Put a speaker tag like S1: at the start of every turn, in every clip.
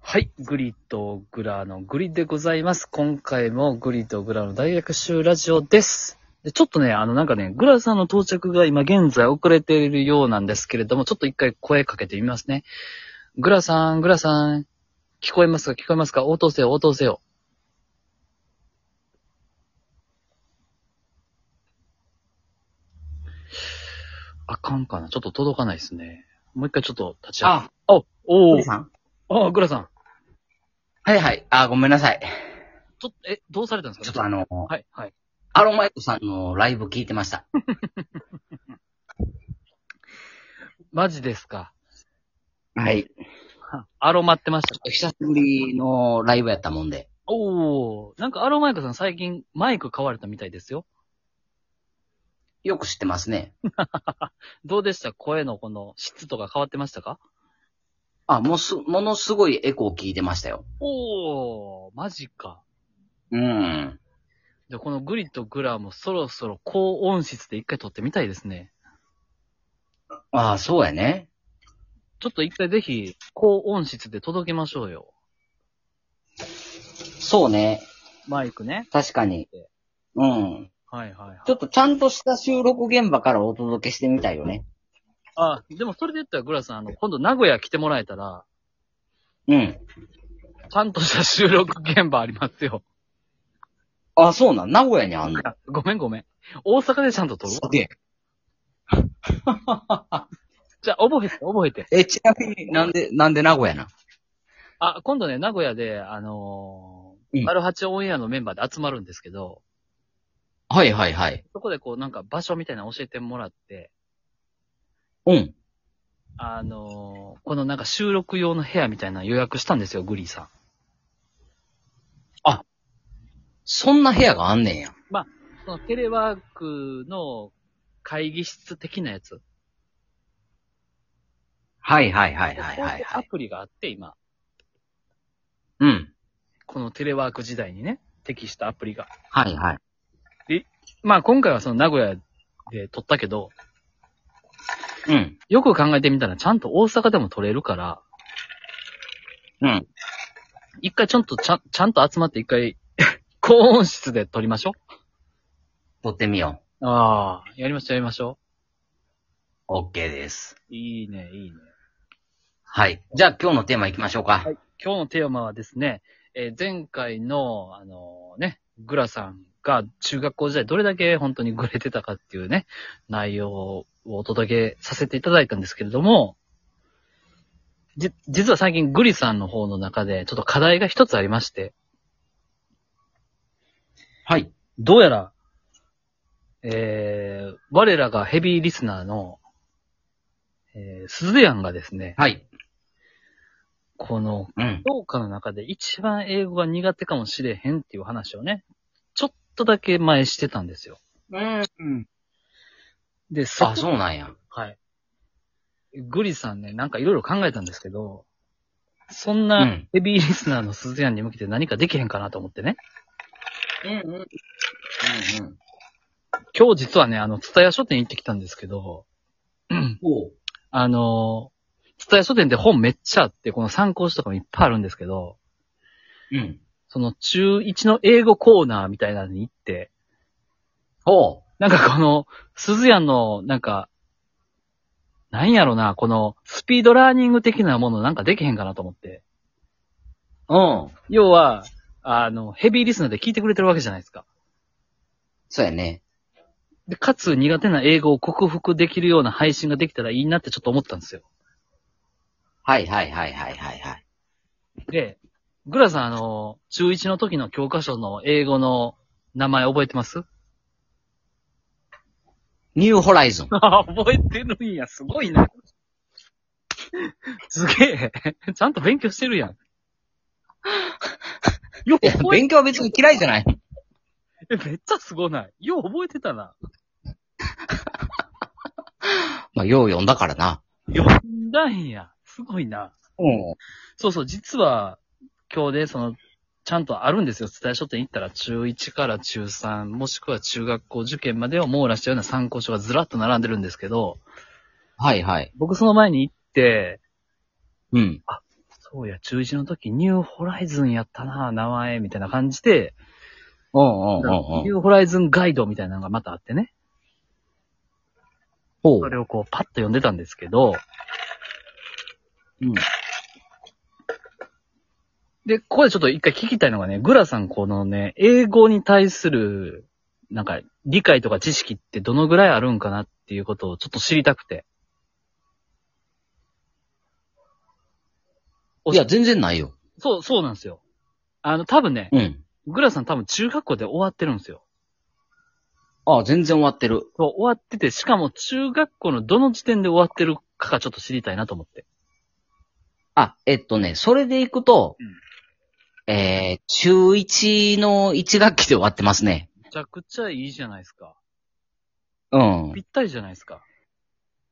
S1: はい。グリとグラのグリでございます。今回もグリとグラの大学習ラジオです。でちょっとね、あのなんかね、グラさんの到着が今現在遅れているようなんですけれども、ちょっと一回声かけてみますね。グラさん、グラさん、聞こえますか聞こえますか応答せよ、応答せよ。あかんかなちょっと届かないですね。もう一回ちょっと立ち上げ、あ、お
S2: お
S1: ー
S2: じ。さん
S1: あ、グラさん。
S2: はいはい。あ、ごめんなさい。
S1: ちょっと、え、どうされたんですか
S2: ちょっとあの、
S1: はい、はい。
S2: アロマイトさんのライブ聞いてました。
S1: マジですか。
S2: はい。
S1: アロマってましたか
S2: 久しぶりのライブやったもんで。
S1: おー、なんかアロマイクさん最近マイク買われたみたいですよ。
S2: よく知ってますね。
S1: どうでした声のこの質とか変わってましたか
S2: あ、もうす、ものすごいエコー聞いてましたよ。
S1: おー、マジか。
S2: うん。
S1: で、このグリとグラもそろそろ高音質で一回撮ってみたいですね。
S2: あそうやね。
S1: ちょっと一回ぜひ高音質で届けましょうよ。
S2: そうね。
S1: マイクね。
S2: 確かに。うん。
S1: はいはいはい。
S2: ちょっとちゃんとした収録現場からお届けしてみたいよね。
S1: あ、でもそれで言ったらグラさん、あの、今度名古屋来てもらえたら、
S2: うん。
S1: ちゃんとした収録現場ありますよ。
S2: あ、そうなん。名古屋にあんの。
S1: あ ごめんごめん。大阪でちゃんと撮る
S2: すげえ。
S1: じゃあ、覚えて、覚えて。
S2: え、ちなみになんで、なんで名古屋な
S1: あ、今度ね、名古屋で、あの
S2: う
S1: ー、
S2: ん
S1: マルハチオンエアのメンバーで集まるんですけど、
S2: はいはいはい。
S1: そこでこう、なんか場所みたいなの教えてもらって、
S2: うん。
S1: あのー、このなんか収録用の部屋みたいなの予約したんですよ、グリーさん。
S2: そんな部屋があんねんや。
S1: そのテレワークの会議室的なやつ。
S2: はいはいは
S1: こううア。プリがあって、今。
S2: うん。
S1: このテレワーク時代にね、適したアプリが。
S2: はいはい。
S1: まあ今回はその名古屋で撮ったけど、
S2: うん。
S1: よく考えてみたらちゃんと大阪でも撮れるから、
S2: うん。
S1: 一回ちょっとちゃん、ちゃんと集まって一回、 高音質で撮りましょ
S2: 撮ってみよ
S1: う。ああ、やりましょう、やりましょ
S2: う。OK です。
S1: う。いいね、いいね。
S2: はい。じゃあ今日のテーマ行きましょうか。
S1: はい今日のテーマはですね、えー前回の、あのね、グラさんが中学校時代どれだけ本当にグレてたかっていうね、内容をお届けさせていただいたんですけれども、じ、実は最近グリさんの方の中でちょっと課題が一つありまして、
S2: はい。
S1: どうやら、えー、我らがヘビーリスナーの、えー、鈴やんがですね、
S2: はい。
S1: この
S2: うん。
S1: 評価の中で一番英語が苦手かもしれへんっていう話をね、ちょっとだけ前してたんですよ。
S2: うん。
S1: で、そこ
S2: あ、そうなんや。
S1: はい。グリさんね、なんかいろいろ考えたんですけど、そん
S2: う。
S1: なんヘビーリスナーの鈴屋に向けて何かできへんかなと思ってね。
S2: うんうん。うんうん。
S1: 今日実はね、あの、ツタヤ書店行ってきたんですけど、
S2: おう。
S1: あのー、ツタヤ書店って本めっちゃあって、この参考書とかもいっぱいあるんですけど、
S2: うん。
S1: その中1の英語コーナーみたいなのに行って、
S2: ほ
S1: なんかこの、鈴屋の、なんか、なんやろな、この、スピードラーニング的なものなんかできへんかなと思って。
S2: う。うん。
S1: 要は、あの、ヘビーリスナーで聞いてくれてるわけじゃないですか。
S2: そうやね。
S1: で、かつ苦手な英語を克服できるような配信ができたらいいなってちょっと思ったんですよ。
S2: はいはいはいはいはいはい。
S1: で、グラさん、あの、中1の時の教科書の英語の名前覚えてます
S2: ニューホライゾン。
S1: 覚えてるんや、すごいな。すげえ。ちゃんと勉強してるやん。よ
S2: いや、
S1: 覚え
S2: 勉強は別に嫌いじゃない。
S1: え、めっちゃすごない。よう覚えてたな。
S2: まあ、よう読んだからな。
S1: 読んだんや。すごいな。
S2: うん。
S1: そうそう、実は、今日で、その、ちゃんとあるんですよ。伝え書店行ったら、中1から中3、もしくは中学校受験までを網羅したような参考書がずらっと並んでるんですけど、
S2: はいはい。
S1: 僕その前に行って、
S2: うん。
S1: そうや、中1の時、ニューホライズンやったな、名前、みたいな感じで、
S2: うんうん
S1: ニューホライズンガイドみたいなのがまたあってね。
S2: ほ
S1: それをこう、パッと読んでたんですけど、
S2: うん。
S1: で、ここでちょっと一回聞きたいのがね、グラさんこのね、英語に対する、なんか、理解とか知識ってどのぐらいあるんかなっていうことをちょっと知りたくて。
S2: いや、全然ないよ。
S1: そう、そうなんですよ。あの、多分ね、
S2: うん。
S1: グラさん多分中学校で終わってるんですよ。
S2: ああ、全然終わってる。
S1: そう、終わってて、しかも中学校のどの時点で終わってるかがちょっと知りたいなと思って。
S2: あ、えっとね、それでいくと、えー、中1の1学期で終わってますね。
S1: めちゃくちゃいいじゃないですか。
S2: うん。
S1: ぴったりじゃないですか。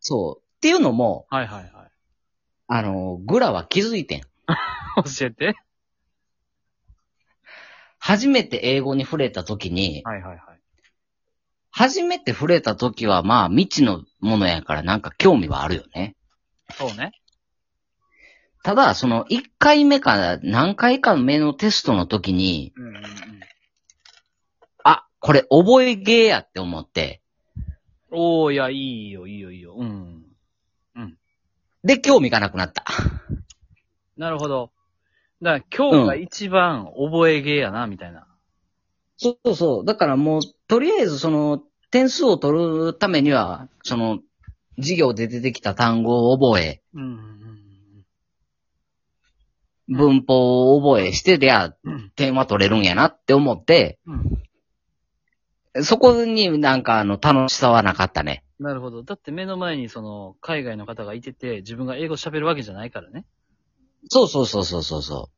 S2: そう。っていうのも、
S1: はいはいは
S2: あの、グラは気づいてん。
S1: い。 教えて。
S2: 初めて英語に触れた時に、
S1: はいはいはい。
S2: 初めて触れた時はまあ未知のものやからなんか興味はあるよね。
S1: そうね。
S2: ただ、その1回目か何回か目のテストの時に、
S1: うんうんうん。
S2: あ、これ覚えゲーやって思って、
S1: おー、いや、いいよ、いいよ、いいよ。うん。
S2: で、興味がなくなった。
S1: なるほど。だから今日が一番覚えゲーやな、みたいな。
S2: そうそう。だからもう、とりあえずその、点数を取るためには、その、授業で出てきた単語を覚え、
S1: うん。
S2: 文法を覚えして、であ、
S1: うん。
S2: 点は取れるんやなって思って、
S1: うん。
S2: そこになんかあの、楽しさはなかったね。
S1: なるほど。だって目の前にその、海外の方がいてて、自分が英語喋るわけじゃないからね。
S2: そうそうそうそうそうそ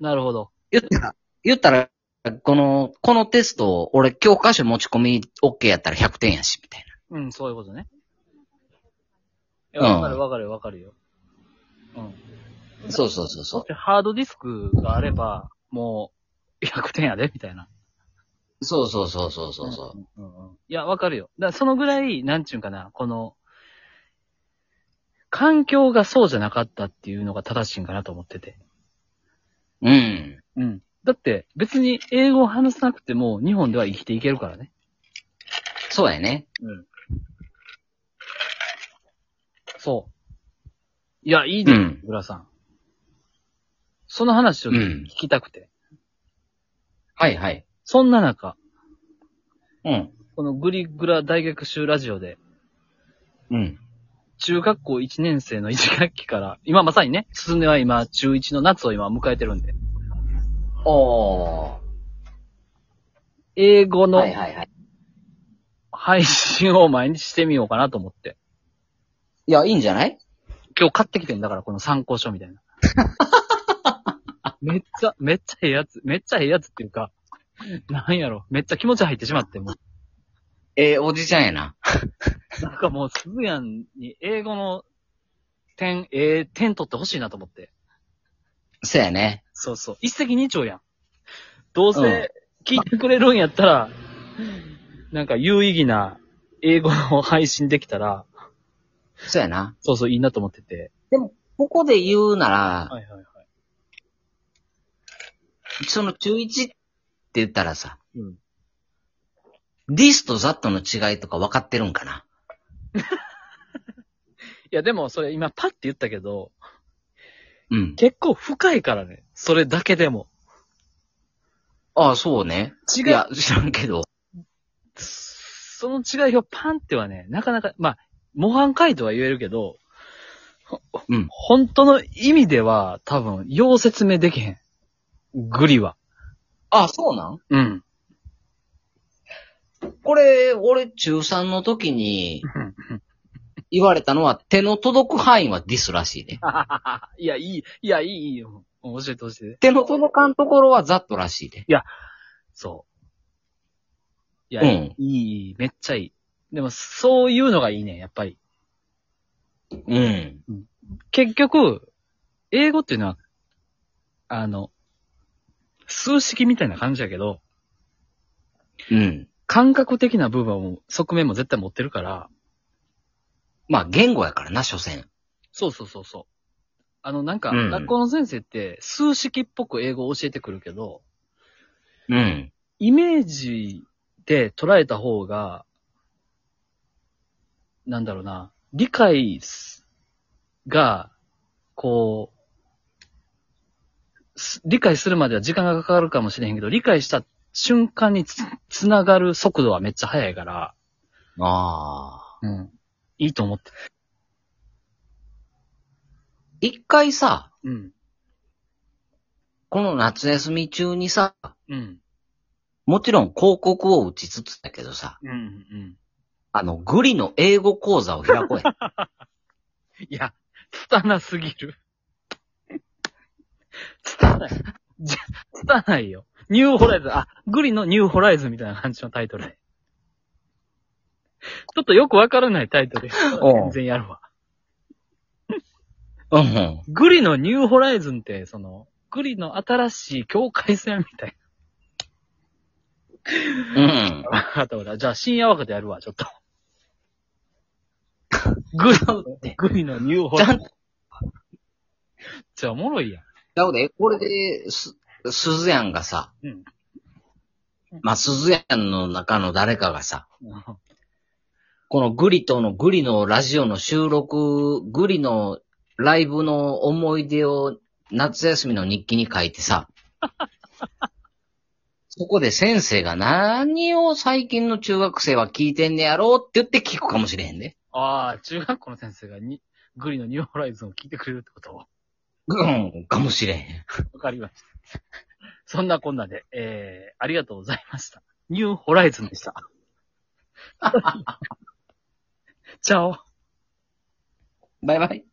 S2: う。
S1: なるほど。
S2: 言ったら、言ったら、この、このテストを、俺教科書持ち込み OK やったら100点やし、みたい
S1: うん、そういうことね。いや
S2: うん
S1: わかるわかるわかるよ。うん。
S2: な。そうそうそうそ
S1: でハードディスクがあれば、もう、100点やで、みたいな。
S2: う。そうそうそうそうそうそう。
S1: うんうんうんいや、わかるよ。だからそのぐらい、なんちゅうんかな、この、環境がそうじゃなかったっていうのが正しいんかなと思ってて。
S2: うん。
S1: うん。だって、別に英語を話さなくても、日本では生きていけるからね。
S2: そうやね。
S1: うん。そう。いや、いいです、
S2: うん
S1: グラさん。その話を
S2: う
S1: 聞
S2: ん。
S1: きたくて。
S2: はいはい。
S1: そんな中、
S2: うん。
S1: このグリグラ大学集ラジオで、
S2: うん。
S1: 中学校1年生の1学期から、今まさにね、すずねは今、中1の夏を今迎えてるんで、
S2: おー。
S1: 英語の
S2: はいはいはい。
S1: 配信を毎日してみようかなと思って。
S2: いや、いいんじゃない
S1: 今日買ってきてんだから、この参考書みたい な。めっちゃ、めっちゃええやつ、めっちゃええやつっていうか、なんやろ、めっちゃ気持ち入ってしまって、も
S2: えー、おじちゃんやな。
S1: う、なんかもう、すずやんに英語の点、ええ点取ってほしいなと思って。
S2: そうやね。
S1: そうそう。一石二鳥やん。どう
S2: うん
S1: せ聞いてくれるんやったら、なんか有意義な英語の配信できたら、
S2: そうやな。
S1: そうそういいなと思ってて。
S2: ここで言うなら、
S1: いはいはい。
S2: その中1って言ったらさ、
S1: うん。
S2: this と that の違いとか分かってるんかない
S1: やでもそれ今パッて言ったけど、
S2: うん。
S1: 結構深いからね。それだけでも。
S2: ああ、そうね。
S1: 違
S2: いや、知らんけど。
S1: その違いをパンってはね、なかなか、まあ、模範解答は言えるけど、
S2: うん。
S1: 本当の意味では多分、よう説明できへん。グリは。
S2: ああ、そうなん
S1: うん。
S2: これ、俺中3の時に言われたのは、手の届く範囲は this らしいね。
S1: いや、いい、いや、いい、いいよ。教えて教えて。
S2: 手の届かんところは that らしいね。
S1: そう。いや、
S2: うん
S1: いい、いいめっちゃいい。でも、そういうのがいいね、やっぱり。
S2: うん。
S1: 結局、英語っていうのは、あの、数式みたいな感じやけど、
S2: うん。
S1: 感覚的な部分も、側面も絶対持ってるから、
S2: まあ、言語やからな、所詮。
S1: そうそうそうそう。あの、なんか、
S2: うん
S1: 学校の先生って、数式っぽく英語を教えてくるけど、
S2: うん。
S1: イメージで捉えた方が、なんだろうな、理解すが、こう、す理解するまでは時間がかかるかもしれへんけど、理解した瞬間につ、つながる速度はめっちゃ速いから、
S2: ああ。
S1: うん。いいと思って。
S2: 一回さ、
S1: うん。
S2: この夏休み中にさ、
S1: うん。
S2: もちろん広告を打ちつつだけどさ、
S1: うん。うん。
S2: あの、グリの英語講座を開こう や。
S1: いや、つたなすぎる。つたない。じゃ、つたないよ。ニューホライズン、あ、グリのニューホライズンみたいな感じのタイトルで。ちょっとよくわからないタイトルや
S2: お
S1: 全
S2: う
S1: 然やるわ。
S2: うん。
S1: グリのニューホライズンって、その、グリの新しい境界線みたい
S2: うん。
S1: な。わかったわかったじゃあ深夜枠でやるわ、 ちょっと。グリの、グリのニューホ
S2: ち
S1: ライ
S2: ゃ
S1: ズン。
S2: んと、
S1: じゃあおもろいやん。
S2: だで、これで、す、すずやんがさ、
S1: うん
S2: まあ、すずやんの中の誰かがさ、このグリとのグリのラジオの収録、グリのライブの思い出を夏休みの日記に書いてさ、 そこで先生が何を最近の中学生は聞いてんねやろうって言って聞くかもしれへんね。
S1: ああ、中学校の先生がに、グリのニューホライズンを聞いてくれるってこと わ
S2: うん、かもしれへん。
S1: かりました。 そんなこんなで、えー、ありがとうございました。ニューホライズンでした。 チャオ
S2: バイバイ。